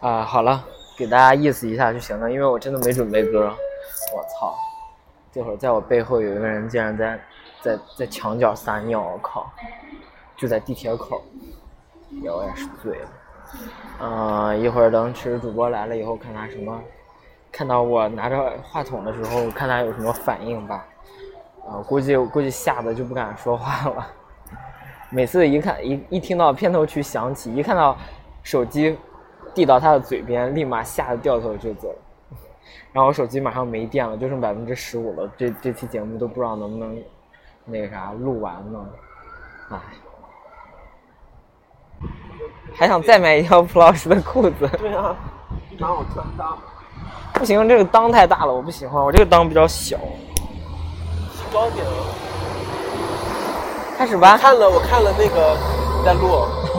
啊，好了，给大家意思一下就行了，因为我真的没准备歌。我操！这会儿在我背后有一个人竟然在在在墙角撒尿，我靠！就在地铁口，也我也是醉了。嗯、一会儿等池子主播来了以后，看他什么，看到我拿着话筒的时候，看他有什么反应吧。啊、估计估计吓得就不敢说话了。 每次一看一一听到片头曲响起，一看到手机递到他的嘴边，立马吓得掉头就走。 然后我手机马上没电了，就剩百分之十五了。这这期节目都不知道能不能那个啥录完呢，唉。还想再买一条蒲老师的裤子，对啊，你把我穿搭，不行，这个裆太大了，我不喜欢，我这个裆比较小。提高点啊！开始吧，看了，我看了那个你在录，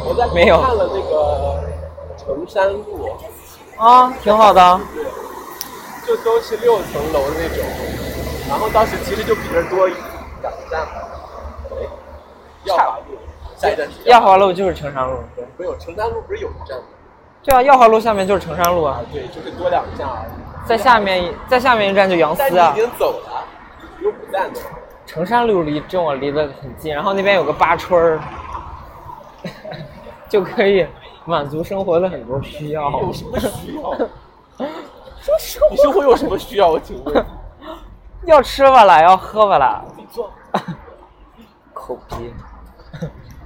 我在没有看了那个城山路，啊，挺好的啊，对，就都是六层楼的那种，然后当时其实就比这儿多两个站吧，哎，耀华路，下一站是耀华路就是城山路，对，没有城山路不是有一站吗？对啊，耀华路下面就是城山路啊啊，，对，就是多两站而已。在下面在下面一站就杨但思你啊已，经走了，你又不在那儿。城山路离跟我离得很近，然后那边有个八村儿， 就可以满足生活的很多需要。有什么需要？说实话，你生活有什么需要？我请 问，要吃吧啦，要喝吧啦，自己做。 口逼。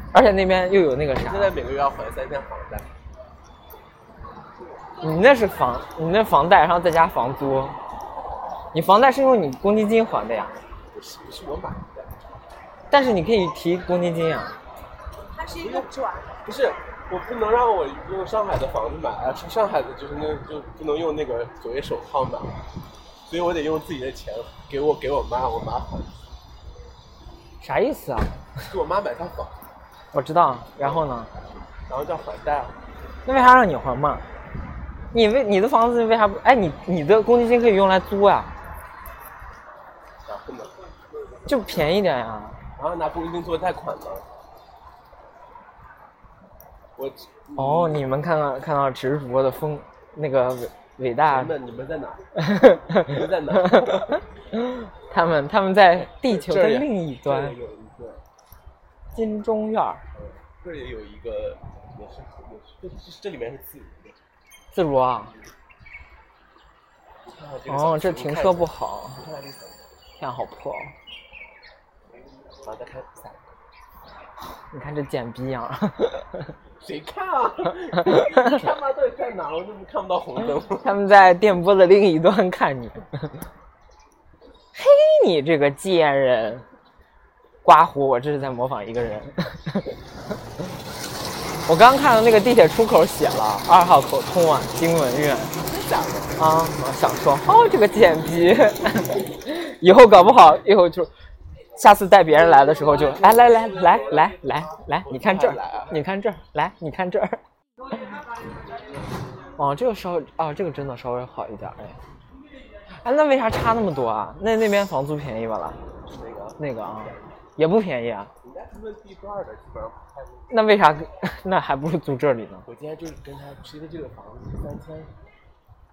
而且那边又有那个啥现，在每个月要还三千房贷，你那是房，你那房贷，然后再加房租。你房贷是用你公积金还的呀，不是不是我买的，但是你可以提公积金啊。它是一个转，不是我不能让我用上海的房子买，啊，是上海的就是那就不能用那个所谓首套买，所以我得用自己的钱给我给我妈，我妈还，啥意思啊？给我妈买套房，我知道。然后呢？然后叫还贷。那为啥让你还嘛？你为你的房子为啥不？哎，你你的公积金可以用来租啊，然后呢？就便宜点呀、然后拿公积金做贷款呢？我哦，你们看到看到直主播的风那个伟伟大嗯 你，们你们在哪儿？你们在哪？他们他们在地球的另一这端儿，有一个，金钟院儿嗯这儿也有一个，也是也是，这这里面是自由的。自如啊。啊个小哦，这停车不好，你看看这个小区天好破哦。 然后再看下一个你看这贱逼啊样儿，谁看啊？你他妈到底在哪？我怎么看不到红灯？ 他们在电波的另一端看你。 嘿，你这个贱人！刮胡，我这是在模仿一个人。 我刚看到那个地铁出口写了二号口通往经文院。假的？啊，我想说，哦，这个贱逼， 以后搞不好，以后就，下次带别人来的时候就，哎，来来来来来来，你看这儿，你看这儿，来，你看这儿。 哦，这个稍微，哦，这个真的稍微好一点，哎，哎，那为啥差那么多啊？那那边房租便宜吧啦？那个那个啊，也不便宜啊。人家是问地段的，基本上不太那个。那为啥？ 那还不如租这里呢？我今天就是跟他吃的这个房子三千，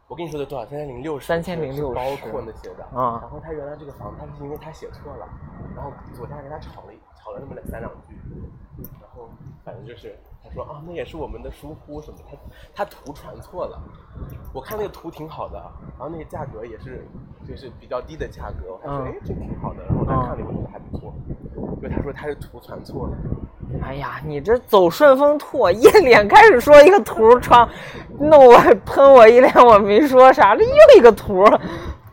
我跟你说的多少？三千零六十， 3060包括那些的啊然后他原来这个房子，他是因为他写错了，然后昨天还跟他吵了一吵了那么两三两句，然后反正就是他说啊，那也是我们的疏忽什么，他他图传错了。我看那个图挺好的，啊然后那个价格也是就是比较低的价格，我还嗯说哎这挺好的，然后我再看了一会儿我觉得还不错，就他说他是图传错了，哎呀，你这走顺风兔，一脸 开始说一个图窗，弄我喷我一脸，我没说啥，这又一个图，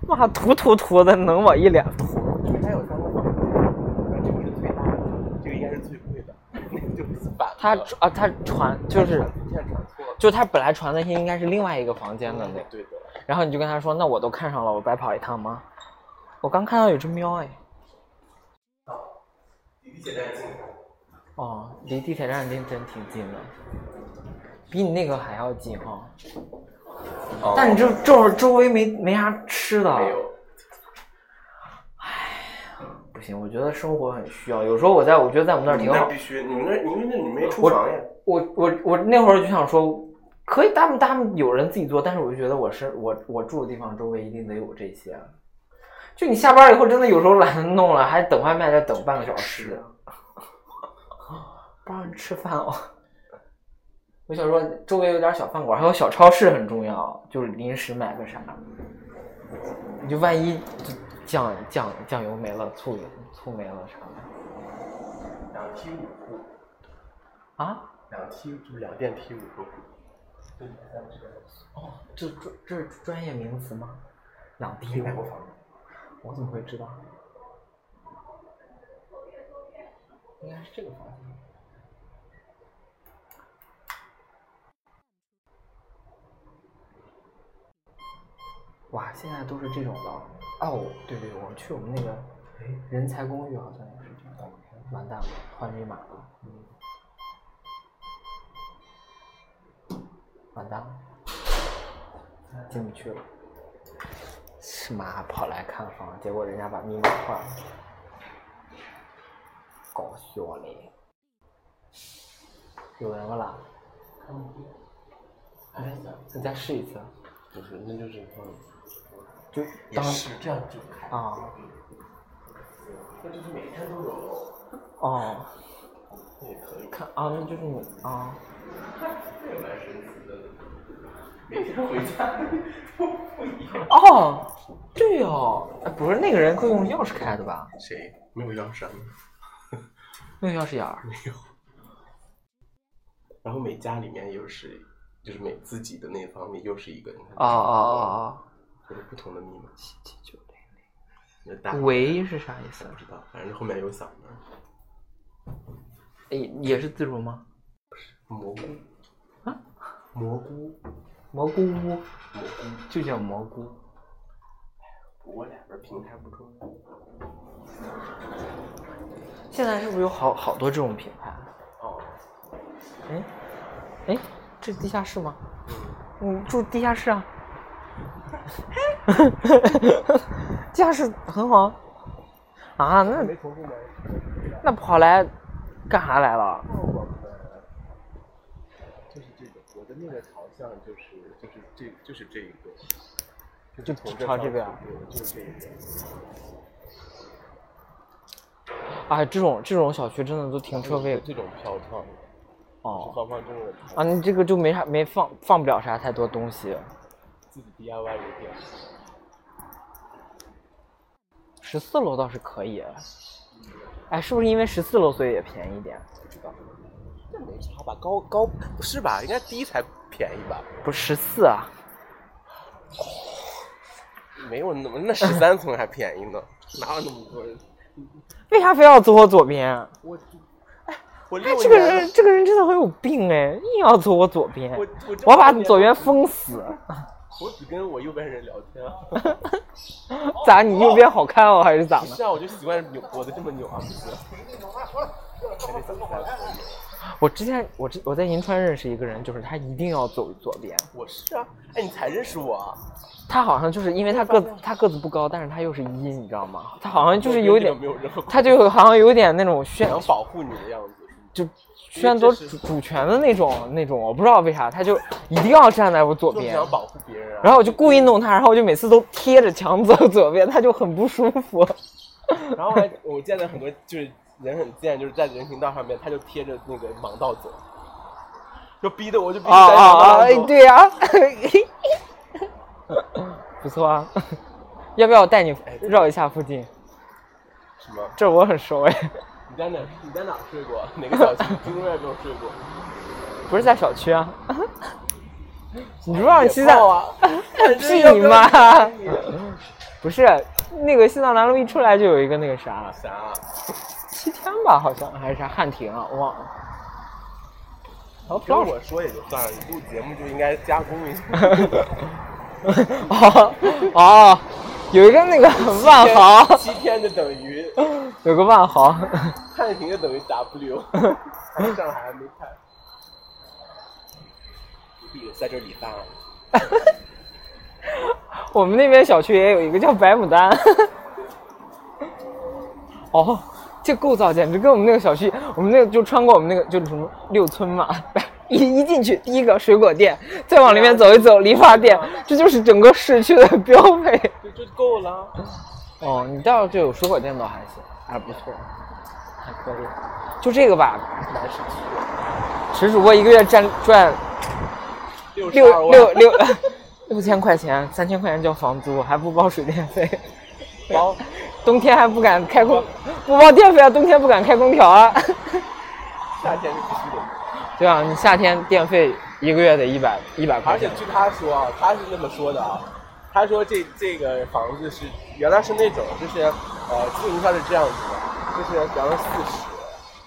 妈涂涂涂的，弄我一脸图。因为他有三个房子，然后这个是最大的，这个应该是最贵的，那个就是反的。他啊，他传就是，现在传错了。就他本来传的应该是另外一个房间的那个，对的，然后你就跟他说，那我都看上了，我白跑一趟吗？我刚看到有只喵哎，哦，离地铁站真真挺近的，比你那个还要近哈、哦但你这这会儿周围没没啥吃的，啊没有，不行，我觉得生活很需要。有时候我在我觉得在我们那儿挺那好必，须，你们那你们那里没厨我房呀？我我我那会儿就想说，可以，他们他们有人自己做，但是我就觉得我是我我住的地方周围一定得有这些。啊就你下班以后，真的有时候懒得弄了，还等外卖再等半个小时，不让人吃饭哦。我想说，周围有点小饭馆，还有小超市很重要，就是临时买个啥，你就万一就酱酱酱油没了，醋醋没了啥的两梯五户，啊？两梯就是两电梯五个户。哦，这这这是专业名词吗？两你地买过房吗？我怎么会知道？应该是这个房子。哇，现在都是这种的。哦，对对，我去我们那个人才公寓好像也是这样。完蛋了，换密码了。嗯完蛋了，进不去了。是妈跑来看房，结果人家把密码换了，搞笑嘞！有人了啦，哎呀，你再试一次，不是，那就是房子。就也当是这样就开，啊那就是每天都有，哦，那也可以。看啊，那就是你啊。这个蛮神奇的，每天回家都不一样。哦，对哦，哎，不是那个人会用钥匙开的吧？谁没有钥匙啊？那个钥匙眼儿，然后每家里面又是，就是每自己的那方面又是一个，你看哦哦哦就是不同的密码。哦，七九零那大喂是啥意思？不知道，反正后面有嗓门，也哎也是自如吗？蘑菇啊，蘑菇，蘑菇屋蘑菇。就叫蘑菇，我俩边平台不重要。现在是不是有好好多这种品牌？哦，哎，哎，这是地下室吗？嗯，你住地下室啊？ 地下室很好啊，啊，那重复吗？那跑来干啥来了？那我们就是这个，我的那个朝向就是就是这就是这一个，就是从朝上这个啊对，就是这一个。哎，这种这种小区真的都停车位这种飘窗，哦是。方方正正的啊，你这个就没啥，没放放不了啥太多东西。自己 DIY 一点。十四楼倒是可以，哎，是不是因为十四楼所以也便宜一点？那没差吧？高高不是吧？应该低才便宜吧？不是十四啊，没有那么那十三层还便宜呢，哪有那么多人？为啥非要走我左边？我我哎六，这个年了人，这个人真的很有病哎，硬要走我左边，我我我要把你左边封死。我只跟我右边人聊天、啊，咋？你右边好看哦，还是咋不的？是啊，我就习惯扭脖子这么扭啊，不是？还得想三层我之前我之我在银川认识一个人，就是他一定要走左边，我是啊，哎，你才认识我啊？他好像就是因为他个子他个子不高，但是他又是一，你知道吗？他好像就是我有跟这点个，没有任何关他就好像有点那种炫想保护你的样子。就宣夺主主权的那种那种，我不知道为啥，他就一定要站在我左就是边，想保护别人啊！然后我就故意弄他，然后我就每次都贴着墙走左边，他就很不舒服。然后还我见到很多就是人很贱，就是在人行道上面，他就贴着那个盲道走，就逼得我就必须啊在啊盲啊！道哎上走。对呀、 不错啊，要不要我带你绕一下附近？什么？这儿我很熟哎，你在哪？你在哪睡过？哪个小区？ 听说也没有睡过。不是在小区啊。你说让西藏，也报啊 去你 妈！不是那个西藏南路一出来就有一个那个啥啥？七天吧，好像还是啥汉庭啊，我忘了。哦然后知道我说也就算了，你录节目就应该加工 一下。哦哦，有一个那个万豪，七天就 等于有个万豪，汉庭就等于 W，还上海还没看。闭着在这儿理发了，我们那边小区也有一个叫白牡 丹。哦，这构造简直跟我们那个小区，我们那个就穿过我们那个就是什么六村嘛，白一一进去，第一个水果店，再往里面走一走，理发店，这就是整个市区的标配。就就够了。啊哦，你到这有水果店倒还行，还不错，还可以。就这个吧，南市区池主播一个月赚赚六十二六万六六 六千块钱，三千块钱交房租，还不包水电费，包，冬天还不敢开空，不包电费啊，冬天不敢开空调啊。夏天是必须的。对啊，你夏天电费一个月得一百一百块而钱且。据他说啊，他是这么说的啊，他说这这个房子是原来是那种就是呃经营商是这样子的，就是比方说四室，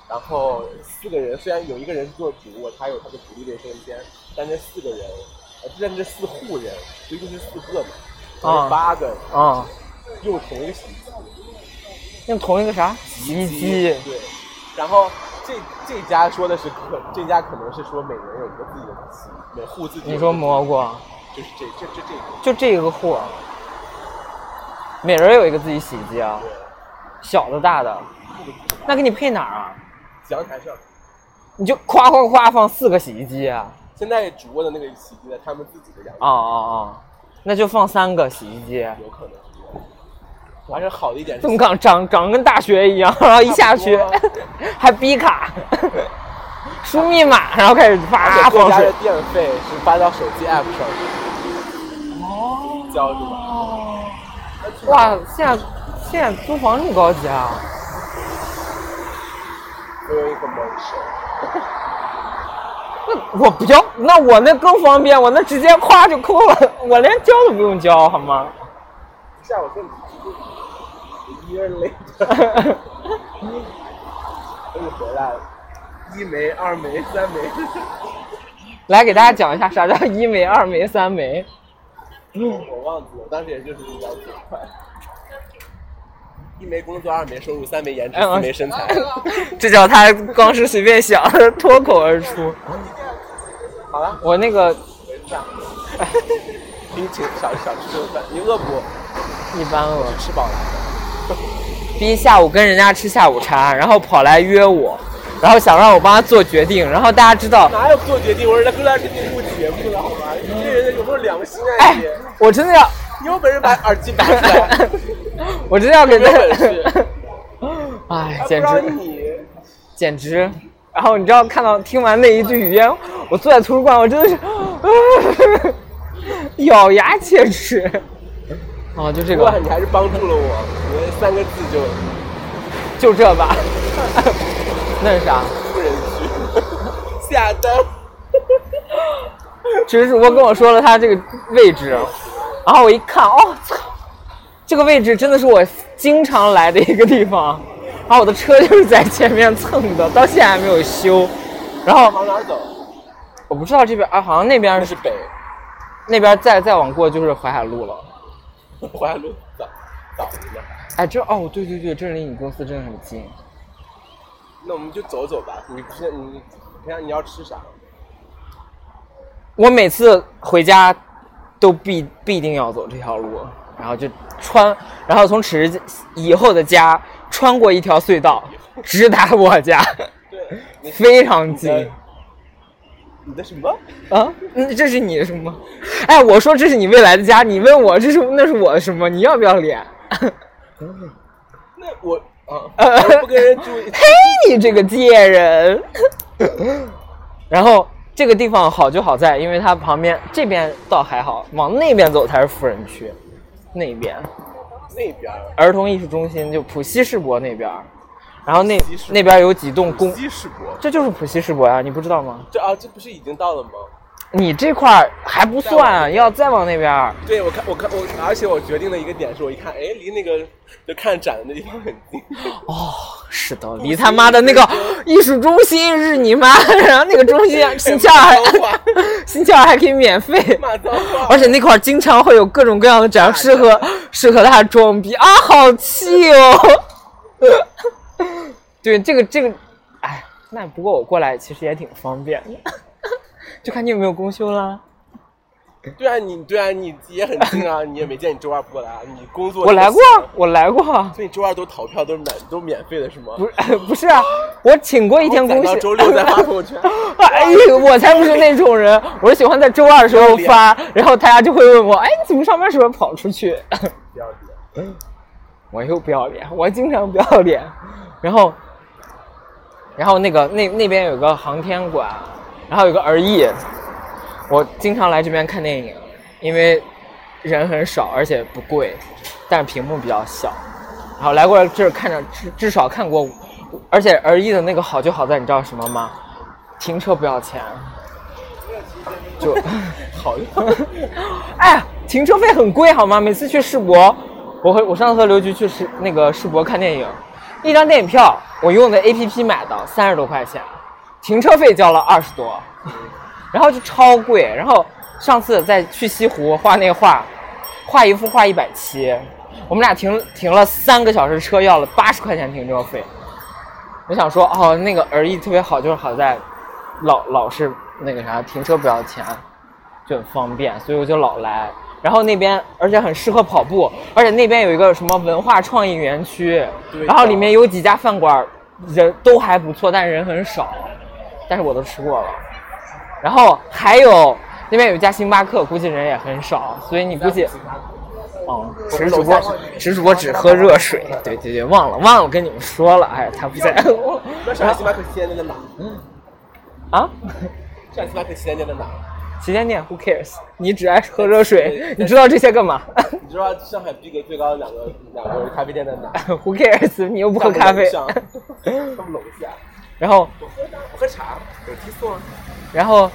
然后四个人虽然有一个人是做主卧，他有他的独立卫生间，但这四个人，呃，但这四户人，所以就是四个嘛，就是八个人啊、用同一个洗衣机。用同一个啥洗衣机？对，然后这这家说的是可，这家可能是说每人有一个自己的洗，每户自己有一个。你说蘑菇啊？就是这这这这个就这一个户，每人有一个自己洗衣机啊，对，小的大的，那给你配哪儿啊？阳台上。你就夸夸夸放四个洗衣机啊？现在主卧的那个洗衣机在他们自己的阳台，哦哦哦，那就放三个洗衣机。有可能是这样。而且好的一点是这么港长长得跟大学一样，然后一下去差不多还逼卡， 输密码，然后开始啪而且各放家的水。电费是发到手机 app 上面。哦，交是吧？哇，现在现在租房这么高级啊！我有一个魔兽，那我不要，那我那更方便，我那直接夸就扣了， 我连交都不用交，好吗？ 下午跟你一个 year later，等你回来了，一枚、二枚、三枚，来给大家讲一下啥叫一枚、二枚、三枚。 我忘记了，当时也就是一两九块。一枚工作，二枚收入，三枚哎颜值，四枚身材。这叫他光是随便想，脱口而出。好了，啊我那个哎回去吧。你请少少吃顿饭，你饿不饿？一般我吃饱了。逼下午跟人家吃下午茶，然后跑来约我，然后想让我帮他做决定，然后大家知道，哪有不做决定？我是来跟大家给你录节目的好吗？你这人有没有良心啊哎你？，我真的要， 你有本事把耳机拔出来，我真的要给有本事他，哎，啊 还不简直让你简直。然后你知道看到听完那一句语言，我坐在图书馆，我真的是、啊 咬牙切齿。哦，就这哇！个，你还是帮助了我，我那三个字就就这吧。 那是啥？不忍去 下单。只是主播跟我说了他这个位置，然后我一看，哦，操，这个位置真的是我经常来的一个地方，然后我的车就是在前面蹭的，到现在还没有修。然后往哪儿走？我不知道这边啊，好像那边那是是 北，那边再再往过就是淮海路了。淮海路早早着呢。哎，这哦，对对对，这离你公司真的很近。那我们就走走吧。你现你平常你要吃啥？我每次回家都必必定要走这条路，然后就穿，然后从池子以后的家穿过一条隧道，直达我家，对，你 非常你的近。你的什么？啊，嗯这是你的什么？哎，我说这是你未来的家，你问我这是那是我的什么？你要不要脸？那我 啊，我不跟人住一起。呃嘿，你这个贱人！然后这个地方好就好在，因为它旁边这边倒还好，往那边走才是富人区，那边那边儿儿童艺术中心就浦西世博那边儿，然后那浦西世博那边有几栋公，西世博，这就是浦西世博呀、你不知道吗？这啊，这不是已经到了吗？你这块儿还不算，啊要再往那边儿，对，我看，我看，我，而且我决定的一个点是我一看，哎，离那个就看展的地方很近， 是的，哦离他妈的那个艺术中心日你妈！然后那个中 心星期二还骂脏话星期二还可以免 费，骂脏话，而且那块儿经常会有各种各样的展，适合适合他装逼啊，好气哦！ 对，这个这个，哎，那 不过我过来其实也挺方便的，就看你有没有公休啦。对啊，你对啊，你也很近啊，你 也没见你周二不过来啊，你工作我来过啊，我来过啊，所以你周二都逃票都是免都免费的是吗？不是 不是啊，我请过一天然工后攒休到。周六再发朋 友圈，哎呦，我才不是那种人，我是喜欢在周二的时候发，然后大家就会问我，哎，你怎么上班时候跑出去？ 不要脸。我又不要脸，我经常不要脸。 然后，然后那个那那边有个航天馆，然后有个儿艺，我经常来这边看电影，因为人很少，而且不贵，但是屏幕比较小。然后来过这儿看着，至至少看过，而且儿艺的那个好就好在你知道什么吗？停车不要钱，就。好用， 哎，停车费很贵好吗？每次去世博，我和我上次和刘局去世那个世博看电影，一张电影票我用的 APP 买的，三十多块钱，停车费交了二十多，然后就超贵。然后上次在去西湖画那画，画一幅画一百七，我们俩停停了三个小时车，要了八十块钱停车费。我想说，哦，那个儿艺特别好，就是好在老老是那个啥，停车不要钱。就很方便，所以我就老来。然后那边而且很适合跑步，而且那边有一个什么文化创意园区对，然后里面有几家饭馆，人都还不错，但人很少，但是我都吃过了。然后还有那边有一家星巴克，估计人也很少，所以你估计，哦，池主播，池主播只喝热水，对对对，忘了忘了跟你们说了，哎，他不在， 那上海星巴克西安店在哪？啊，上海星巴克西安店在哪？旗舰店 who cares，你只爱喝热水，你知道这些干嘛？ 你知道上海逼格最高的两个两个咖啡店在哪？ Who cares？你又不喝咖啡。在我们楼上他们楼下。 然后，我喝啥？我喝茶，有鸡送啊。然后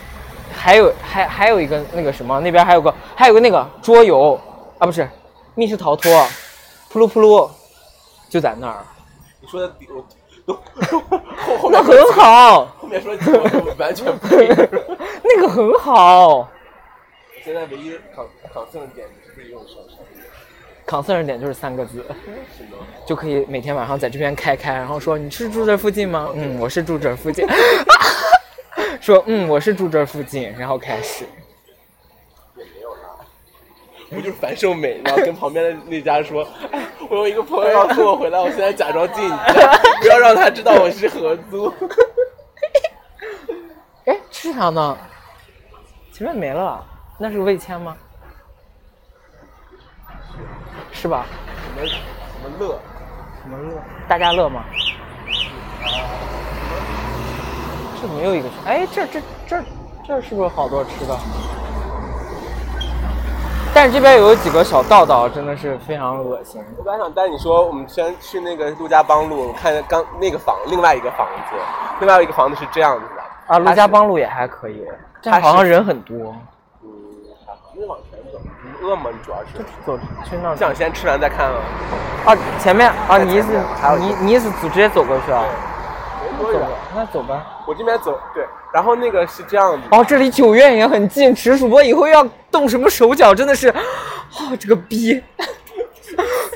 还有还还有一个那个什么，那边还有个还有个那个桌游啊，不是密室逃脱，扑噜扑噜，就在那儿，你说的底我都后后那面很好，后面说我我完全不配。 那个很好。现在唯一考考证的点就是这种手势， concern 点就是三个字，是吗？就可以每天晚上在这边开开，然后说你是住这附近吗？嗯，我是住这附近。 说嗯，我是住这附近，然后开始。也没有啦。不就是樊胜美，然后跟旁边的那家说，哎，我有一个朋友要送我回来，我现在假装进你家，不要让他知道我是合租。哎，吃啥呢？前面没了，那是味千吗？是吧？什么什么乐，什么乐？大家乐吗？这怎么又一个？哎，这这这这是不是好多吃的？但是这边有几个小道道，真的是非常恶心。我本来想带你说，我们先去那个陆家浜路看刚那个房，另外一个房子，另外一个房子是这样子的啊，陆家，它浜路也还可以，它但是好像人很多。是嗯，还好因为往前走，你饿吗？你主要是走去那你想先吃完再看啊？啊，前面啊，你意思还有一你你意思直接走过去啊？没多走远，吧，那走吧。我这边走对，然后那个是这样子的，哦，这离九院也很近，池主播以后要动什么手脚，真的是，哦，这个逼，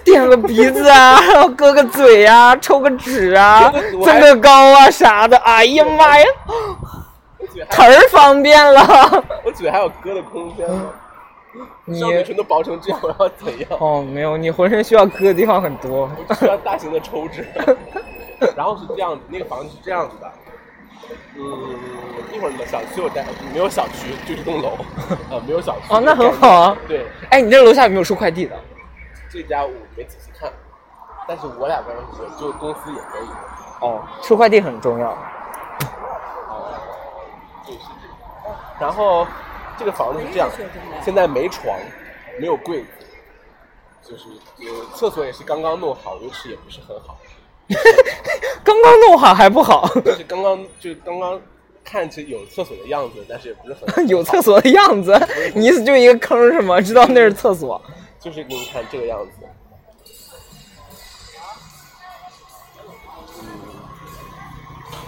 垫个鼻子啊，割个嘴啊，抽个纸啊这个，我还增个高啊啥的，哎呀妈呀，我嘴忒还儿方便了。我嘴还有割的空间吗？你上嘴唇都薄成这样，我要怎样？哦没有，你浑身需要割的地方很多。我需要大型的抽 脂。然后是这样子，那个房子是这样子的。嗯，一会儿你的小区我带，没有小区就 一栋楼，呃，没有小区。哦，那很好啊。对，哎，你这楼下有没有收快递的？这家我没仔细看，但是我俩边儿我就公司也可以。哦，收快递很重要。 然后这个房子是这样，现在没床，没有柜子，就是呃厕所也是刚刚弄好，浴室也不是很好，刚刚弄好还不好， 就是刚刚就是刚刚看着有厕所的样子，但是也不是很 好有厕所的样子，你意思就是一个坑是吗？知道那是厕所。就是给你看这个样子。嗯，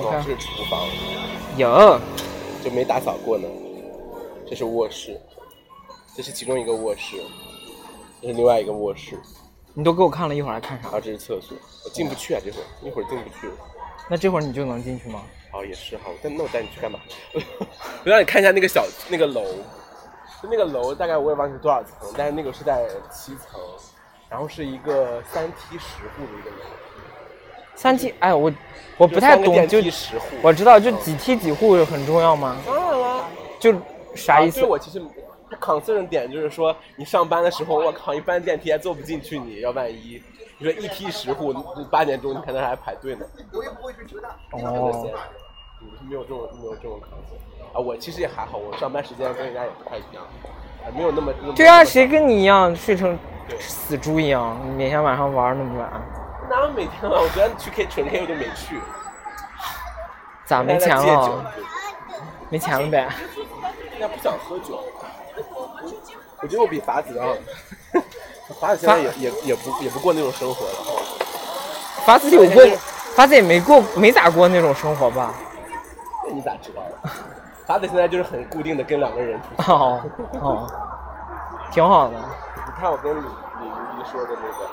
哦，这是厨房，有。就没打扫过呢。这是卧室，这是其中一个卧室，这是另外一个卧室，你都给我看了一会儿，还看啥然？后这是厕所。我进不去啊，这会儿一会儿进不去。那这会儿你就能进去吗？ 哦，也是哈，我带那我带你去干嘛？我让你看一下那个小那个楼，就那个楼大概我也忘记是多少层，但是那个是在七层，然后是一个三梯十户的一个楼，三梯，哎，我我不太三个懂，电就梯十户，我知道，就啊嗯几梯几户很重要吗？当然了。就啥意啊思对？我其实 concern 点就是说，你上班的时候，我靠，一般电梯还坐不进去你，要万一你说一梯十户，你八点钟你看到还排队呢，哦，嗯没有这种没有这种 concern 啊。我其实也还好，我上班时间跟人家也不太一样，啊，没有那么那么对啊，谁跟你一样睡成对死猪一样，你每天晚上玩那么晚，哪有每天啊？我昨天去 K 纯 K 我就没去，咋啊没大钱家戒酒了？，没钱了呗？对人家不想喝酒。我觉得我比法子要，法子现在也也也不也不过那种生活了。法子有过，法子也没过，没咋过那种生活吧？那你咋知道的？法子现在就是很固定的跟两个人出去。哦哦，挺好的。你看我跟李李黎黎说的那个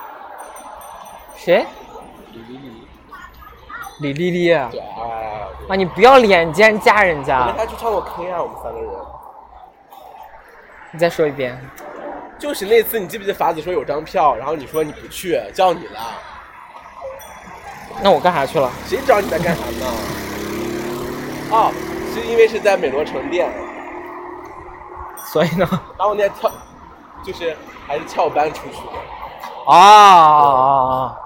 谁？李黎黎，李丽丽啊对，啊，啊你不要脸，你竟然加人我家跟！他去唱过 K 啊，我们三个人。你再说一遍。就是那次，你记不记得法子说有张票，然后你说你不去，叫你了，那我干啥去了？ 谁知道你在干啥呢？哦，是因为是在美罗城店，所以呢？然后那天跳，就是还是翘班出去的。啊，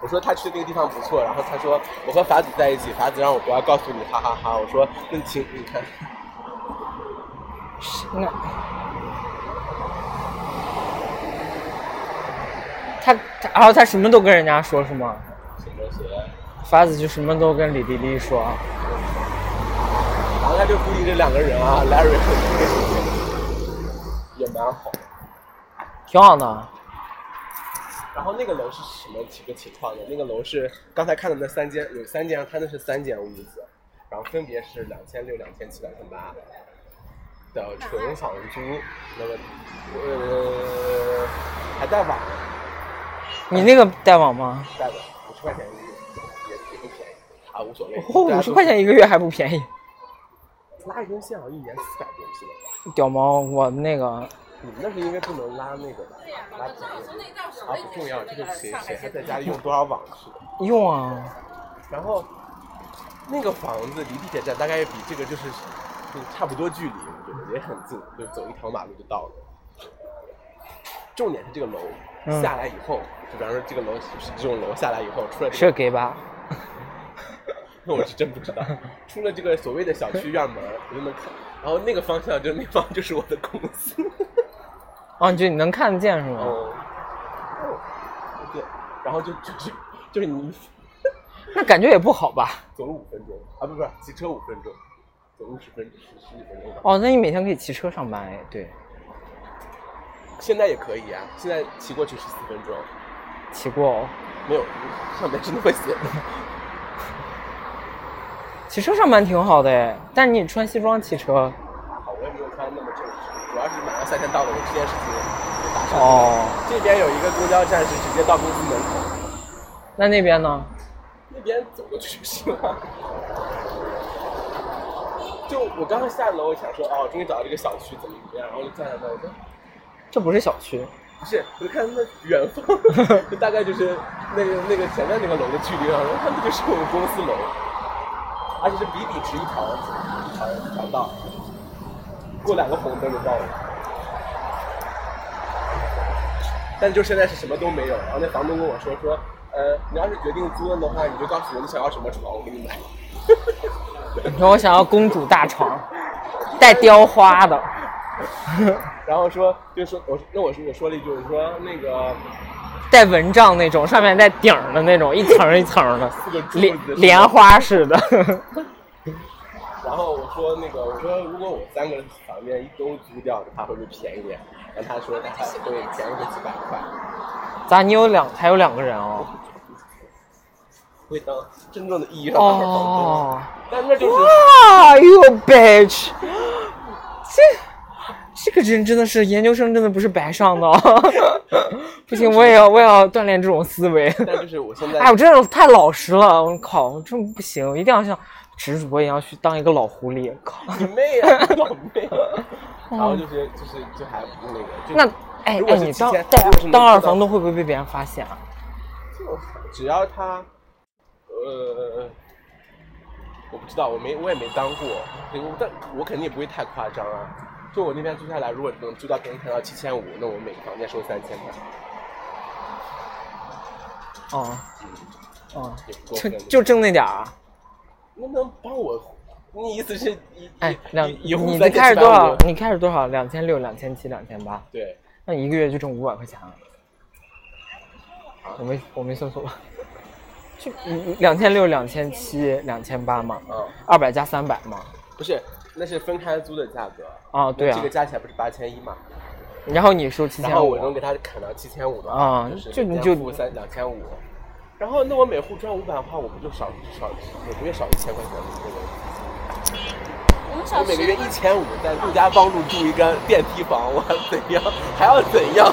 我说他去的那个地方不错，然后他说我和法子在一起，法子让我不要告诉你，哈哈哈我说那请你看，那他他，然后他什么都跟人家说是吗？什么谁？法子就什么都跟李丽丽说。然后他就孤立这两个人啊，Larry 和 Chris 也蛮好。挺好的，然后那个楼是什么几个情况呢？那个楼是刚才看的那三间，有三间，它那是三间屋子，然后分别是两千六、两千七、两千八的纯房租，那么呃还带网你那个带网吗？带的五十块钱一个月，也也不便宜啊，无所谓。哦，五十块钱一个月还不便宜。拉一根线好像一年四百多是吧？屌毛，我那个你们那是因为不能拉那个吧？拉不了啊，不重要，这个谁谁还在家里用多少网是的。用啊，然后那个房子离地铁站大概比这个就是就是差不多距离，我觉得也很近，就走一条马路就到了。重点是这个楼、嗯下来以后，就比方说这个楼是这种楼下来以后，出了这是个，给吧？ 那我是真不知道，出了这个所谓的小区院门，我就能看，然后那个方向就那方就是我的公司。啊，就你能看得见是吗？哦，对，然后就就是就是你那感觉也不好吧？走路五分钟啊，不是不是，骑车五分钟，走路十分十十几分钟吧。哦，那你每天可以骑车上班哎，对，现在也可以啊，现在骑过去十四分钟，骑过哦，没有上面真的会写的。骑车上班挺好的哎，但你穿西装骑车，好，我也没有穿那么正式，主要是马上夏天到了，我这件事情就打上。哦，这边有一个公交站是直接到公司门口，那那边呢？那边走过去就是了。 就我刚刚下楼，我想说哦，终于找到这个小区怎么怎么样，然后就站在那儿，我说这不是小区，不是，我就看他们远 方，就大概就是那个那个前面那个楼的距离啊，然后他那个是我们公司楼，而且是笔笔直一条一条一条道，过两个红灯就到了。但就现在是什么都没有，然后那房东跟我说说，呃，你要是决定租了的话，你就告诉我你想要什么床，我给你买。你说我想要公主大床，带雕花的，然后说就说我那我说我说了一句，我说那个带蚊帐那种，上面带顶儿的那种，一层一层的，四个柱莲子莲花似的。 然后我说那个，我说如果我三个房间一都租掉的话，会不会便宜点？然后他说他会便宜个几百块，咋？你有两还有两个人哦？会当真正的意义上的房东。哦，但那就是哇，you 啊 bitch！这这个人真的是研究生，真的不是白上的哦。 不行，我也要我也要锻炼这种思维。 但就是我现在哎，我真的太老实了，我靠，我真不行，我一定要像直主播一样去当一个老狐狸。靠，你妹啊，老妹！然后就是就是就还那个，哦就那哎如哎，果是你提当前如当果是当能知二道房东会不会被别人发现啊？只要他，呃，我不知道，我没我也没当过，对我但我肯定也不会太夸张啊。就我那边租下来，如果能租到平台到七千五，那我每个房间收三千吧，哦哦，也不过就分的。就挣那点儿啊。能不能帮我？你意思是一哎，两一一户你三的开始千多少？你开始多少？两千六、两千七、两千八，对，那一个月就挣五百块钱了。我没我没算错吧？就嗯两千六、两千七、两千八嘛，嗯，二百加三百嘛。不是，那是分开租的价格。啊，对那啊这个。加起来不是八千一嘛？然后你收七然千后五我，能给他砍到七千五的啊就就是你每天就付三两千五，然后那我每户赚五百的话，我不就少少每个月少一千块钱吗？对不对我们我小每个区月一千五，在陆家帮助住一个电梯房，我还怎样还要怎样？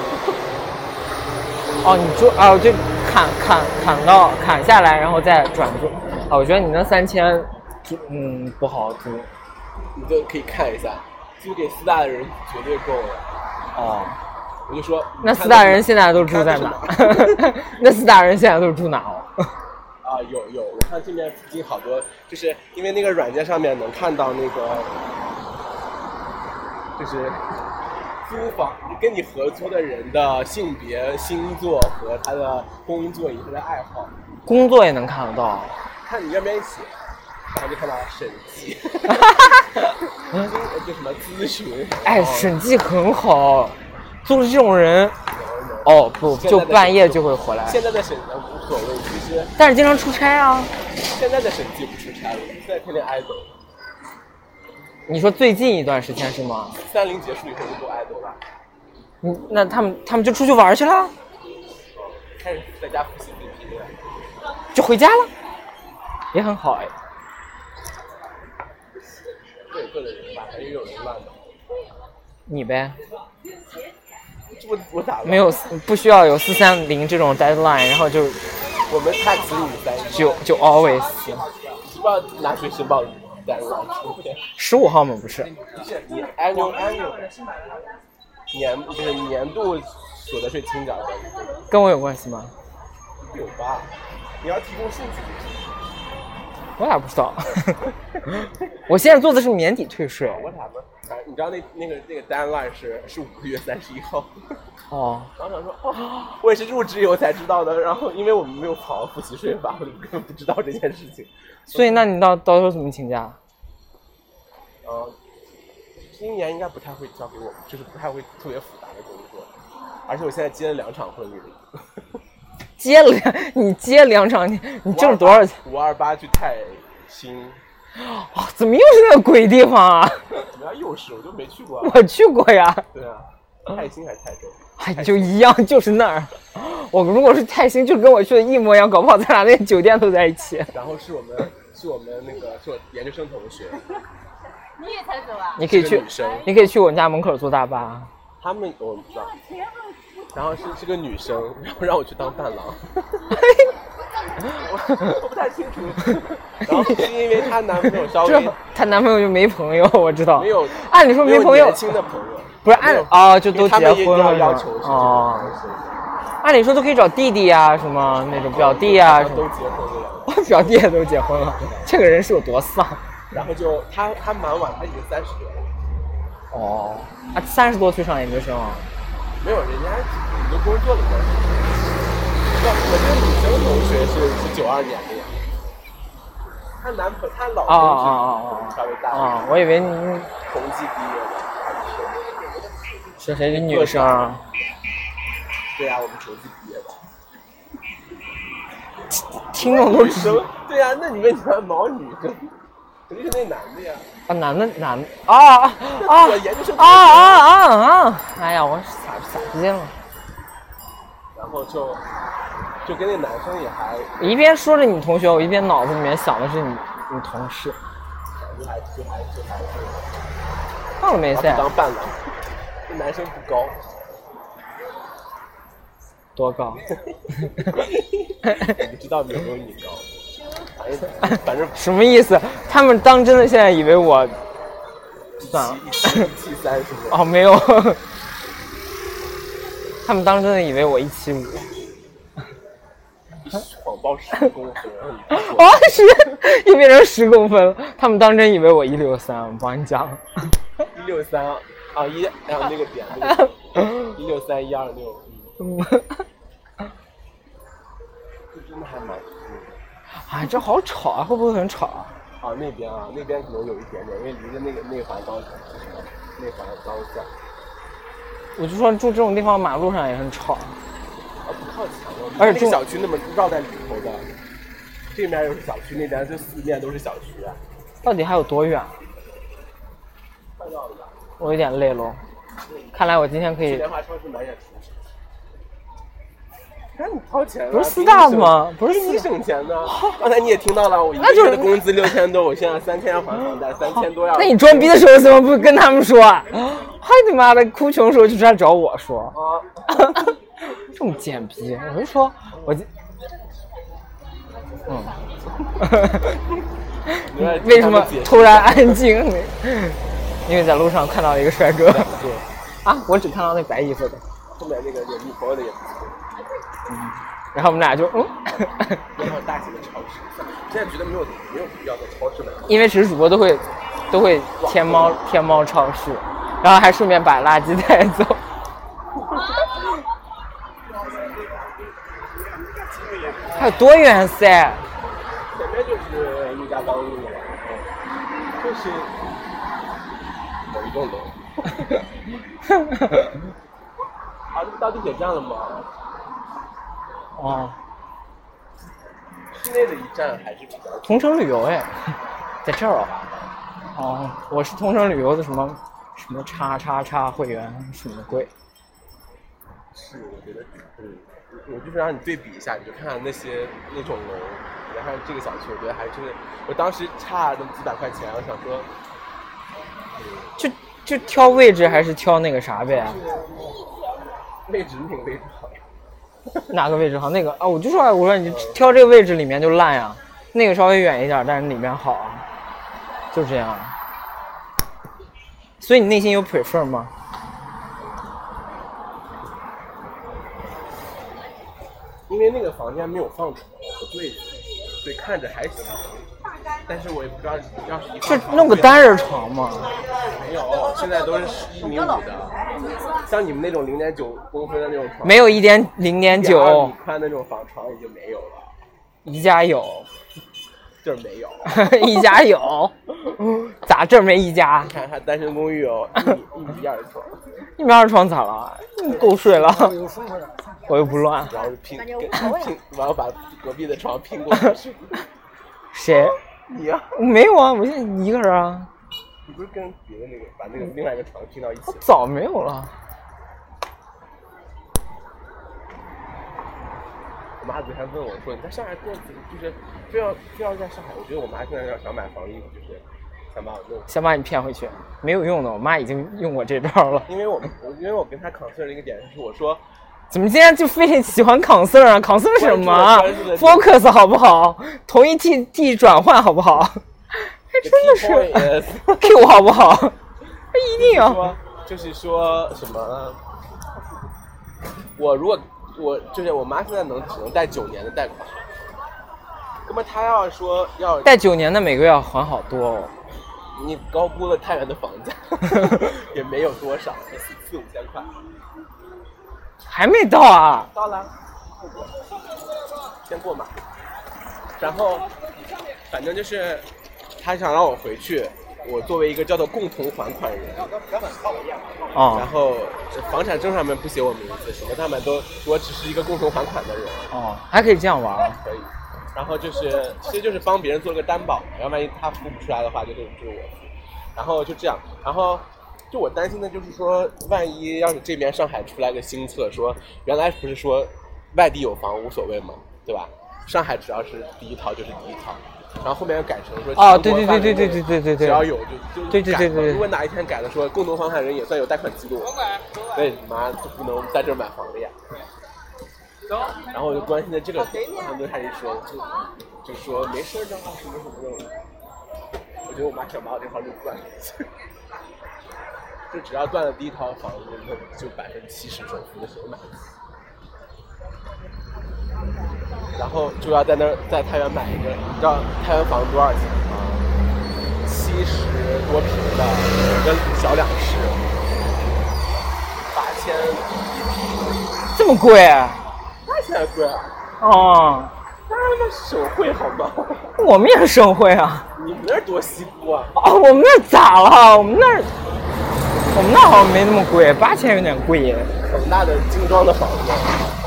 哦，你就啊，就砍砍砍到砍下来，然后再转租。啊，我觉得你那三千租，嗯，不好租。你就可以看一下，租给四大的人绝对够了。哦，我就说那四大人现在都住在哪 看都是哪？那四大人现在都住哪哦？ 啊，有有，我看这边附近好多，就是因为那个软件上面能看到那个，就是租房跟你合租的人的性别、星座和他的工作以及他的爱好，工作也能看得到。看你愿不愿意写，然后就看到审计，嗯就什么咨询，哎，审计很好，就是这种人，然后哦不，现在就的半夜审计就会回来，现在的审计无所谓，其实但是经常出差啊。现在的审计不出差了，现在天天挨抖。你说最近一段时间是吗？三零结束以后就都挨抖了，嗯，那他们他们就出去玩去了，开始在家复习 BP 了。就回家了，也很好哎。各有各的人吧，也有人乱的。你呗，这我我咋了？没有不需要有四三零这种 deadline，然后就我们看子女单身，就就 always。知道拿学生报单了，出去。十五号吗？不是，不是你 annual annual 年就是年度所得税清缴的跟我有关系吗？有吧？你要提供数据，我咋不知道？ 我现在做的是年底退税。我咋了？哎，你知道那那个那个 deadline 是是五个月三十一号。哦，然后想说，哦，我也是入职以后才知道的。然后因为我们没有考复习税法，我就根本不知道这件事情。所以那你到到时候怎么请假？呃，今年应该不太会交给我，就是不太会特别复杂的工作，而且我现在接了两场 婚礼了，接了两， 你接两场，你你挣了多少钱？五二八去泰兴，哦，怎么又是那个鬼地方啊？ 怎么样又是我就没去过、啊，我去过呀，对啊，泰兴还是泰州？哎，就一样，就是那儿。我如果是泰兴，就跟我去的一模一样，搞不好咱俩那酒店都在一起。然后是我们是我们那个是我研究生同学，你也才走啊？你可以是个去女，生，你可以去我家门口坐大巴。他们我不知道，然后是是个女生，然后让我去当伴 郎， 我我不太清楚，然后是因为她男朋友稍 这微她男朋友就没朋友， 我知道。没有，啊按理说没朋友年轻的朋友。不是按没有哦，就因都为他结们也婚要了要是求吧是这哦种，方式按理说都可以找弟弟呀、什么那种表弟呀、然什后么啊的。都结婚了，我表弟也都结婚了，这个人是有多丧然后就他他蛮晚，他已经三十多了，哦！啊，三十多岁上研究生啊，没有人家已经工作了嘛。那我这个女生同学是是九二年的呀，她男朋她老哦哦公哦是稍微哦大一哦，我以为你点，同济毕业的。是谁是女生啊？对呀、我们同济毕业的。哦听众都女是生，对呀、那你们你们毛女生，肯定是那男的呀。啊，男的男的啊啊啊我研究生啊啊啊啊！哎呀，我傻傻不见了，然后就就跟那男生也还我一边说着你同学，我一边脑子里面想的是你你同事，就还就还就还是。放了没然后事就，当伴郎。这男生不高，多高？我不知道有没有你高，反正反正什么意思？他们当真的现在以为我算了一期一期三是不是？哦，没有， 他们当时真的以为我一七五，谎报十公分，然后你告诉我哦，是又变成十公分了。他们当真以为我一六三，我帮你讲， 一六三啊一，还有那个点，那个一六三一二六，嗯，嗯这真的还蛮嗯哎，这好吵啊，会不会很吵啊？啊那边啊那边可能有一点点，因为离着那个内环高内环高架我就说住这种地方，马路上也很吵。啊不靠墙了，而且那个中小区那么绕在里头的，这面又是小区，那边就四面都是小区，啊到底还有多远？快到了吧？我有点累喽。看来我今天可去以莲花超市买点厨师。那你掏钱了不是四大吗给不是你省给你四省钱呢。刚才你也听到了，我一个那就是月的工资六千多，我现在三千要还房贷，三千多要。那你装逼的时候怎么不跟他们说啊？ 嗨你妈的，哭穷的时候就是来找我说，啊？ 这种贱逼！我就说，我今，你要嗯，听 为他什们么解释突然安静？因为在路上看到了一个帅哥对，啊，我只看到那白衣服的，后面那个有女朋友的也不错。然后我们俩就嗯， 然后大型的超市，现在觉得没有没有必要在超市买。因为其实主播都会都会天猫天猫超市，然后还顺便把垃圾带走。 还有多远噻？前面就是陆家浜路了，嗯就是某一栋楼。 啊，这不到地铁站了吗？ 哦，室内的一站还是比较同城旅游哎，在这儿哦。哦，我是同城旅游的什么什么叉叉叉会员什么鬼？是，我觉得，嗯，我我就是让你对比一下，你就看看那些那种楼，然后这个小区，我觉得还真的，我当时差那么几百块钱，我想说，就就挑位置还是挑那个啥呗？位置那个位置好呀，哪个位置好？那个啊，我就说，哎我说你挑这个位置里面就烂呀、那个稍微远一点，但是里面好啊，就这样。所以你内心有 prefer 吗？因为那个房间没有放床和柜子，所以看着还行，但是我也不知道要是一就放床弄个柜子单人床嘛。没有，现在都是一米五的，像你们那种零点九公分的那种床，没有一点零点1.2九米，宽的那种房床已经没有了，宜家有，就是没有。 宜家 有，咋这儿没宜家？你看他单身公寓哦，一米一米二床，一米二床咋了？你够睡 了，我又不乱。然后拼跟拼，然后把隔壁的床拼过去。谁？你啊，没有啊，我现在一个人啊，你不是跟别的那个把那个另外一个床拼到一起我了？早没有了。我妈昨天问我说：“你在上海过几就是非要非要在上海？”我觉得我妈现在有点想买房意思就是想把我弄想把你骗回去，没有用的。我妈已经用过这招了。因为我我因为我跟她 concern 的一个点是，我说怎么今天就非得喜欢 concern 啊？concern 什么啊关注的关注？focus 好不好？同一 T T 转换好不好哎 the 真的是 key point is？Q 好不好？哎一定要说就是说什么，我如果我就是我妈现在能只能贷九年的贷款，那么她要说要贷九年的每个月要还好多哦。你高估了太原的房价， 也没有多少，四四五千块，还没到啊？到了，先过马路，然后反正就是她想让我回去，我作为一个叫做共同还款人，然哦后房产证上面不写我名字，什么上面都我只是一个共同还款的人，哦，还可以这样玩啊？可以。然后就是其实就是帮别人做了个担保嘛，要万一他付不出来的话，就是就是我付。然后就这样，然后就我担心的就是说，万一要是这边上海出来个新策，说原来不是说外地有房无所谓嘛，对吧？上海只要是第一套就是第一套，然后后面又改成说哦全国范围对对对内对对对对对只要有就就对对改对对嘛对如果哪一天改了说共同还款人也算有贷款记录，那你妈就不能在这儿买房了呀。然后我就关心的这个，他们就开始说，就就说没事儿的话什么什么的。我觉得我妈想把我这房子管下去，就只要断了第一套房子，就就百分之七十首付的谁买得起？然后就要在那儿在太原买一个，你知道太原房多少钱吗？七十多平的一个小两室，八千一平，这么贵？那现在贵啊！哦，那他妈省会好吗？我们也是省会啊。你们那儿多西部啊！哦，我们那儿咋了？我们那儿，我们那儿好像没那么贵，八千有点贵耶。很大的精装的房子，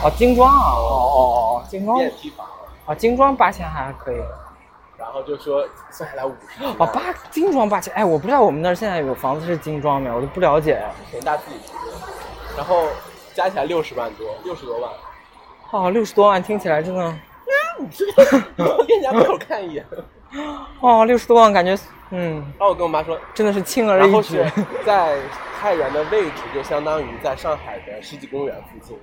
哦，精装啊，哦哦哦，精装电梯房，哦，精装八千还可以。然后就说算下来五十平哦，八精装八千，哎，我不知道我们那儿现在有房子是精装没有，我都不了解。人大自己住，然后加起来六十万多，六十多万。哦，六十多万听起来真的，我给你家门口看一眼，哦，六十多万感觉，嗯，然后我跟我妈说，真的是轻而然易后举是。在太原的位置，就相当于在上海的世纪公园附近，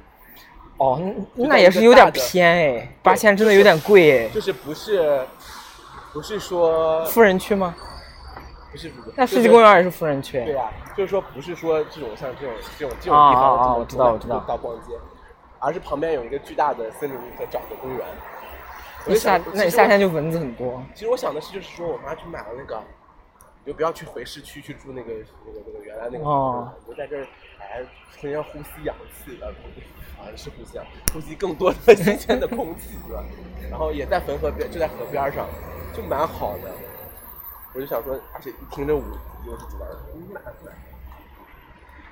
哦，那那也是有点偏哎，八千真的有点贵哎就是不是不是说哎。富人区吗？不是不是，那世就纪是公园也是啊富人区。对呀、就是说不是说这种像这种这种这种地啊方，啊啊这种我知道我这种知道到逛街，而是旁边有一个巨大的森林和沼泽公园。我你就夏想，那其你实夏我天就蚊子很多。其实我想的是，就是说我妈去买了那个，你就不要去回市区去住那个那个那个原来那个房子了，你就在这儿哎，天天呼吸氧气的， 啊是呼吸氧，呼吸更多的新鲜的空气是吧？然后也在汾河边，就在河边上，就蛮好的。我就想说，而且一听这舞又是几万，你买不买？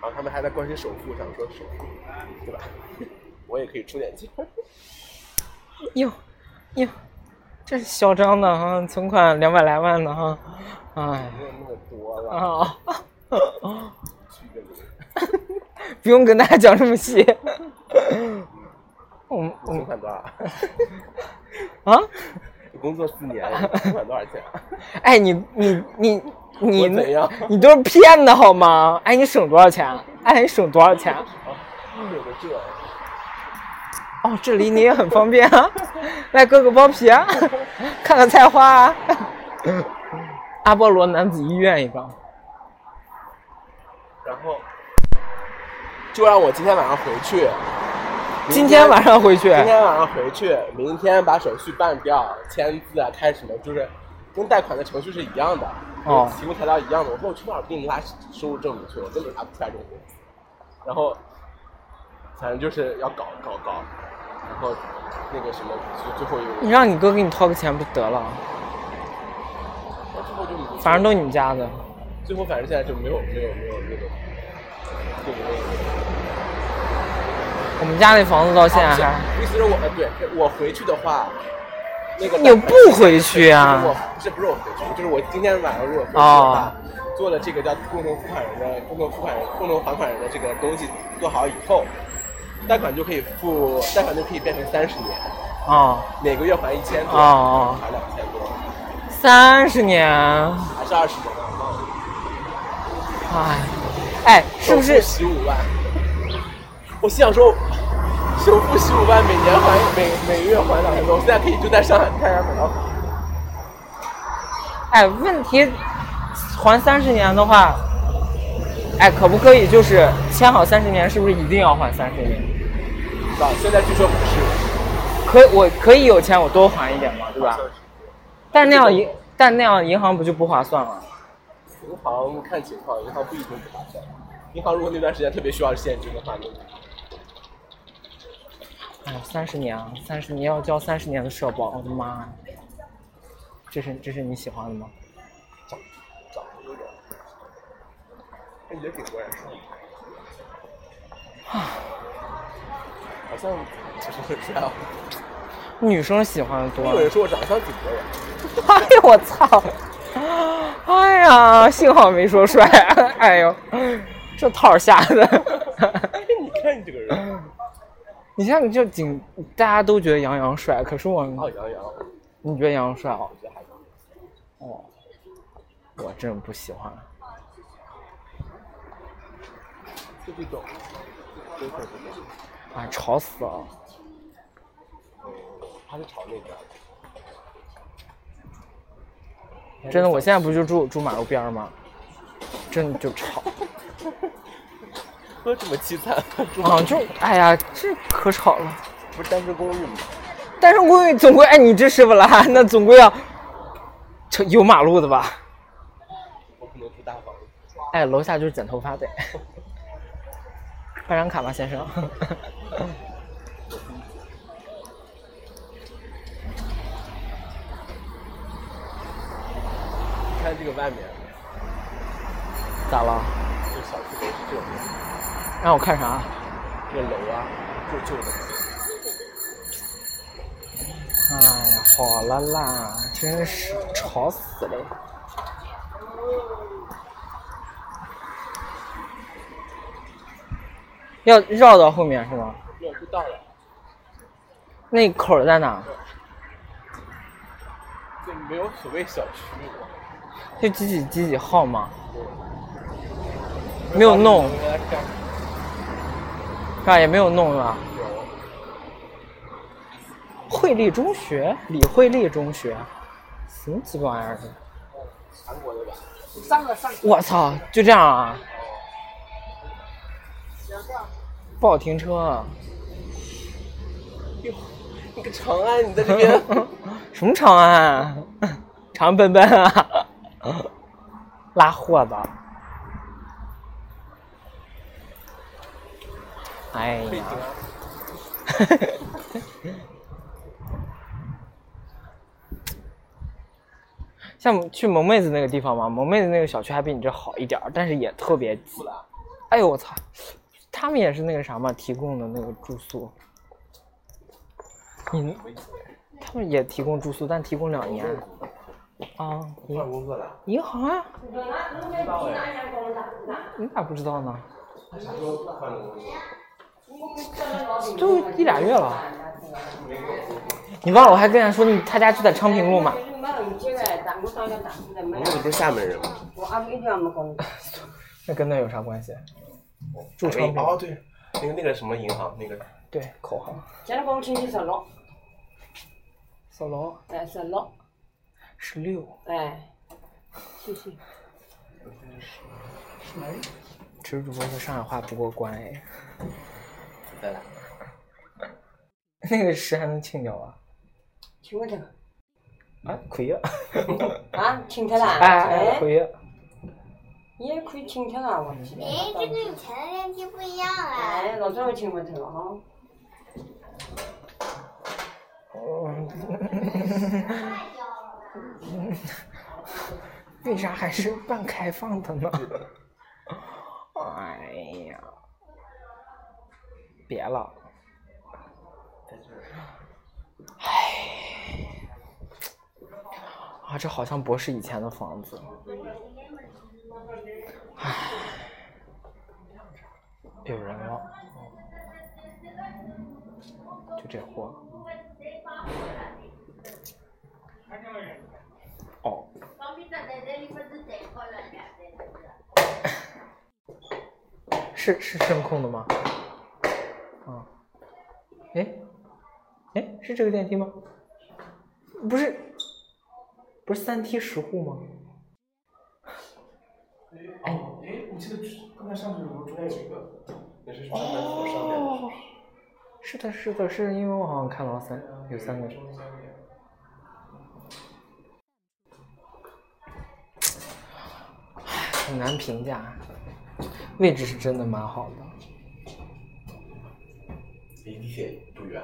然后他们还在关心首付，想说首付，对吧？ 我也可以出点劲。哟哟，这是嚣张的哈、存款两百来万的哈、哎没有那么多了，啊， 去个零。不用跟大家讲这么细。我们你存款多少？ 啊，你工作四年，你存款多少钱？哎，你你你你我怎样你都是骗的好吗？哎，你省多少钱？哎，你省多少钱？有个哦这，哦，这离你也很方便啊，来割个包皮啊，看看菜花啊。阿波罗男子医院一个，然后就让我今天晚上回去。今天晚上回去明天晚上回去，明天把手续办掉，签字啊，开什么，就是跟贷款的程序是一样的，哦提供材料一样的。我说我去哪儿给你拉收入证明去？我根本拿不出来这种东西。然后反正就是要搞搞搞，然后那个什么，最最后一你个，让你哥给你掏个钱不得了？最后就没反正都你们家的。最后反正现在就没有没有没有那种，就没有。我们家那房子到现在啊还……不是意思是我，呃对我回去的话，那个你又不回去啊不是我不是不是我回去，就是我今天晚上如果回去的哦话，做了这个叫共同付款人的共同付款人共同还款人的这个东西做好以后，贷款就可以付，贷款就可以变成三十年，哦每个月还一千多，哦还两千多，哦，三十年，还是二十年呢，忘了，哎哎，是不是十五万？我心想说。首付十五万，每年还每每个月还两千多，我现在可以就在上海太原买到房。哎，问题还三十年的话，哎，可不可以就是签好三十年，是不是一定要还三十年？啊，现在据说不是，可我可以有钱我多还一点嘛，对吧？但那样银但那样银行不就不划算了？银行看情况，银行不一定不划算。银行如果那段时间特别需要现金的话，那哎，三十年啊，三十年要交三十年的社保，我的妈呀！这是这是你喜欢的吗？涨得有点。那也挺多人说。好像就是这样。女生喜欢的多啊有人说我长相挺多人， 哎呦我操！哎呀，幸好没说帅。 哎呦，这套儿下的。 哎，你看你这个人，你像你就仅大家都觉得杨洋帅，可是我，哦，杨洋，你觉得杨洋帅哦我？觉得还行。哦，我真不喜欢。就这种，真的是这种，啊，吵死了！他是朝那边。 真的，我现在不就住住马路边儿吗？真的就吵，何这么凄惨？住啊，就哎呀，这可吵了。不是单身公寓吗？但是公寓总归，哎，你这师傅啦， 那总归要成有马路的吧？我不能住大房子，哎，楼下就是剪头发的。 办张卡吧，先 生。你看这个外面，咋了？这小区楼是这种的，让我看啥？这楼啊，旧旧的，哎呀，好了啦，真是吵死了。要绕到后面是吗？没有就到了，那口儿在哪？就没有所谓小区了。就几几几几号吗？没有弄，我来看是吧？也没有弄是吧？有惠利中学，李惠利中学，什么鸡巴玩意儿？韩国的吧？我操，就这样啊？不好停车啊， 哟，你个长安，你在这边什么长安啊？长安奔奔啊？拉货的。哎背景呀，啊？ 像去萌妹子那个地方嘛，萌妹子那个小区还比你这好一点儿，但是也特别挤不。了，哎呦我操，他们也是那个啥嘛，提供的那个住宿。你没钱，他们也提供住宿，但提供两年。啊，银 换工作了。银行啊？你咋不知道呢？他啥时候换的工作？都一俩月了。你忘了？我还跟人家说你他家就在昌平路嘛。萌妹子不是厦门人吗？那跟那有啥关系？驻昌平哦，对，那个那个什么银行，那个对口号。小楼哎十六，其实主播说上海话不过关哎。再来，那个十还能清掉啊？啊，可以啊。啊哎哎，可以啊。哎，这跟以前的练习不一样啊！哎 为啥还是半开放的呢？哎呀，别了，哎，啊，这好像博士以前的房子。唉，有人了，就这货。哦。是是声控的吗？啊，哎，哎，是这个电梯吗？不是，不是三梯十户吗？哎，哎，我记得刚才上去的时候中间有一个，那是专门从上哦面的，是的，是的，是因为我好像看到三有三个。很难评价，位置是真的蛮好的。离地铁不远，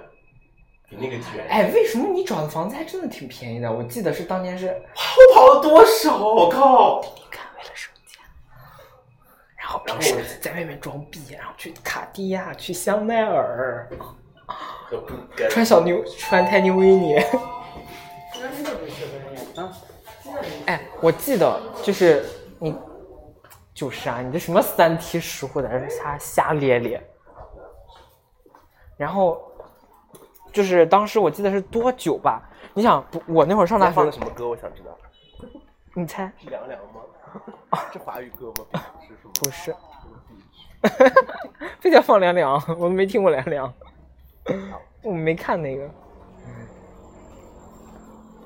比那个远。哎，为什么你找的房子还真的挺便宜的？我记得是当年是我跑了多少？啊我靠！看为了省钱，然后然后是在外面装逼，然后去卡地亚，去香奈儿，可不该。穿小牛，穿泰尼维尼。 哎，我记得就是你，就是啊，你这什么三梯十户在这瞎瞎咧咧，然后就是当时我记得是多久吧？你想，不我那会儿上大那放学的，什么歌？我想知道。你猜是凉凉吗？ 是华语歌吗？是什么？不是？ 非得放凉凉，我没听过凉凉，我没看那个。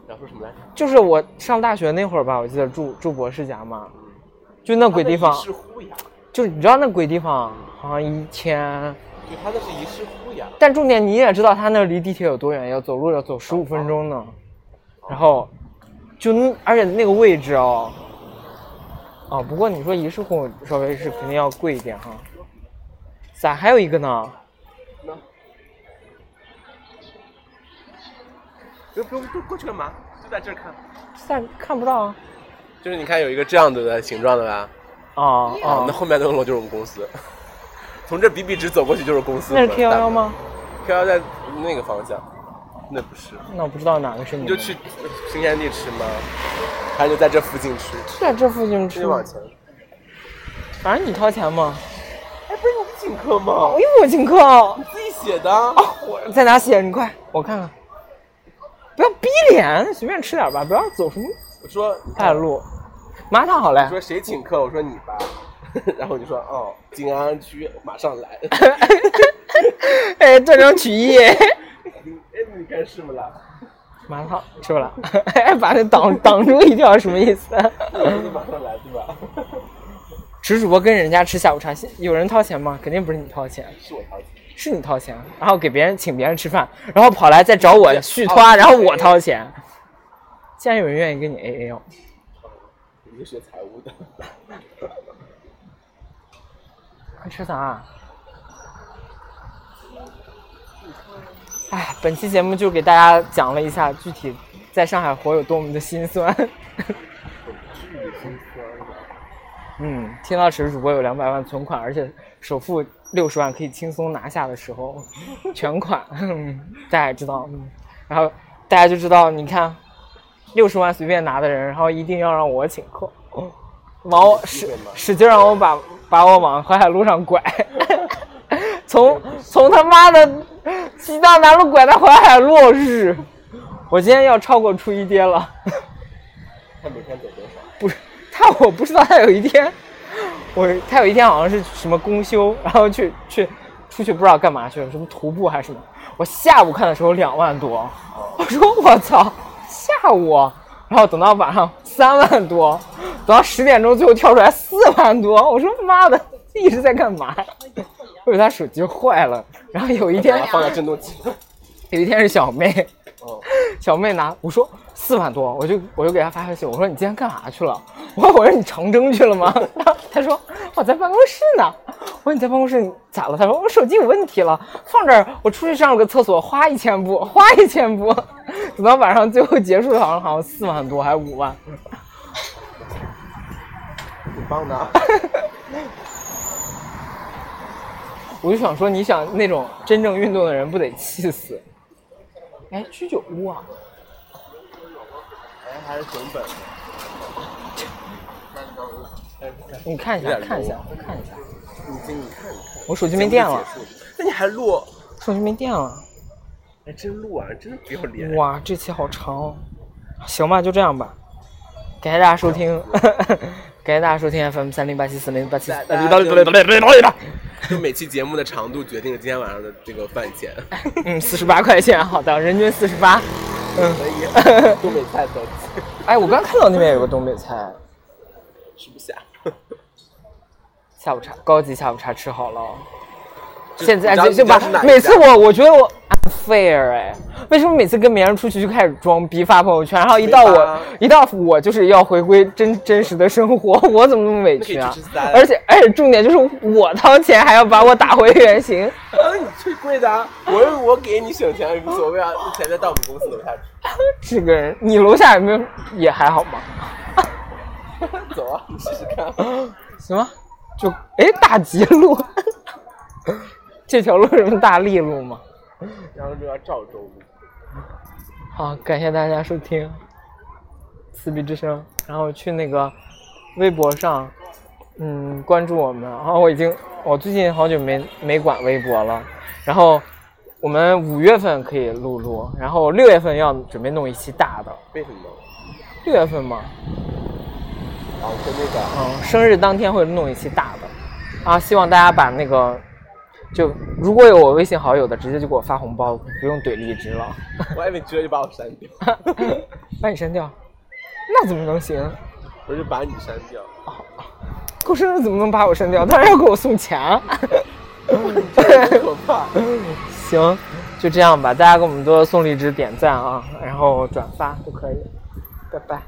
然后说什么来着？就是我哦上大学那会儿吧，我记得住住博士家嘛，就那鬼地方是呼呀！就是你知道那鬼地方好像一千，就他那是一世护呀，但重点你也知道他那离地铁有多远，要走路要走十五分钟呢。然后，就那而且那个位置哦，哦，不过你说一世户稍微是肯定要贵一点哈。咋还有一个呢？那不用不用，都过去干嘛？就在这儿看。咋看不到啊？就是你看有一个这样子的形状的吧？啊啊，那啊，后面那个楼就是我们公司， 从这比比直走过去就是公司。那是 T 幺幺吗？ ？T 幺幺在那个方向，那不是。那我不知道哪个是你你们就的。去新天地吃吗？还是就在这附近吃？是在这附近吃就吗往？前。反正你掏钱嘛。哎，不是你请客吗我？又没有请客哦。自己写的。哦，我在哪写？你快，我看看。不要逼脸，随便吃点吧，不要走什么我说败路。麻辣烫好嘞你， 说谁请客？我说你吧。 然后你说哦，静安区马上 来。哎，断章取义。哎，你看 是不啦？麻辣烫吃不了，哎，把那挡挡住一条什么意思？我说你马上来对吧？ 直主播跟人家吃下午茶，有人掏钱吗？肯定不是你掏钱，是我掏钱。是你掏钱，然后给别人请别人吃饭，然后跑来再找我续托，然后我掏钱。竟然有人愿意跟你 A A 哦，你是学财务 的，快吃啊啥、哎，本期节目就给大家讲了一下具体在上海活有多么的心酸。嗯，听到池主播有两百万存款，而且首付六十万可以轻松拿下的时候，全款，嗯大家也知道。嗯，然后大家就知道，你看，六十万随便拿的人，然后一定要让我请客，往我使使劲让我把把我往淮海路上拐， 从从他妈的西藏南路拐到淮海路，日，我今天要超过初一爹了。他每天走多少？不是他，我不知道他有一天，我他有一天好像是什么公休，然后去去出去不知道干嘛去了，什么徒步还是什么。我下午看的时候两万多，我说我操，下午，然后等到晚上三万多，等到十点钟最后跳出来四万多，我说妈的，一直在干嘛呀？ 我以为他手机坏了，然后有一天把它放在震动机。有一天是小妹，哦，小妹拿我说四万多，我就我就给她发消息，我说你今天干啥去了？ 我说我说你长征去了吗？ 她说我在办公室呢。我说你在办公室你咋了？她说我手机有问题了，放这儿，我出去上了个厕所，花一千步，花一千步， 等到晚上最后结束的好像好像四万多还是五万，你帮的啊。我就想说你想那种真正运动的人不得气死？哎，居酒屋啊，哎，还是熊本。哎，你看一下有点啊看一下 low 看一下，你这你看，你看，我手机没电了，节目结束。那你还录？手机没电了。还真录啊，真不要脸。哇，这期好长哦。行吧，就这样吧。感谢大家收听， 感谢大家收听 FM 三零八七四零八七。大家就每期节目的长度决定了今天晚上的这个饭钱。嗯，四十八块钱，好的，人均四十八。可以，东北菜都哎，我刚看到那边有个东北菜吃不下。下午茶，高级下午茶吃好了。现在就就就你知道把是哪一家每次我我觉得我 unfair 哎，为什么每次跟别人出去就开始装逼发朋友圈，然后一到没我法啊一到我就是要回归真真实的生活， 我怎么那么委屈啊那可以去吃三？而且而且重点就是我掏钱还要把我打回原形， 啊，你最贵的啊，我我给你省钱也无所谓啊，那钱在到我们公司楼下吃。这个人你楼下有没有也还好吗？走啊，你试试看。行吧，就哎大吉路， 这条路是大利路吗？然后就要赵州路。好，感谢大家收听《撕逼之声》，然后去那个微博上，嗯，关注我们。然后我已经，我最近好久没没管微博了。然后我们五月份可以录录，然后六月份要准备弄一期大的。为什么？六月份嘛，啊，我跟那个嗯，生日当天会弄一期大的，啊，希望大家把那个，就如果有我微信好友的，直接就给我发红包，不用怼荔枝了， 我还没觉得就把我删掉，把你删掉，那怎么能行？我就把你删掉。过生日怎么能把我删掉？当然要给我送钱啊。可怕。 行，就这样吧，大家给我们多多送荔枝、点赞啊，然后转发都可以。拜拜。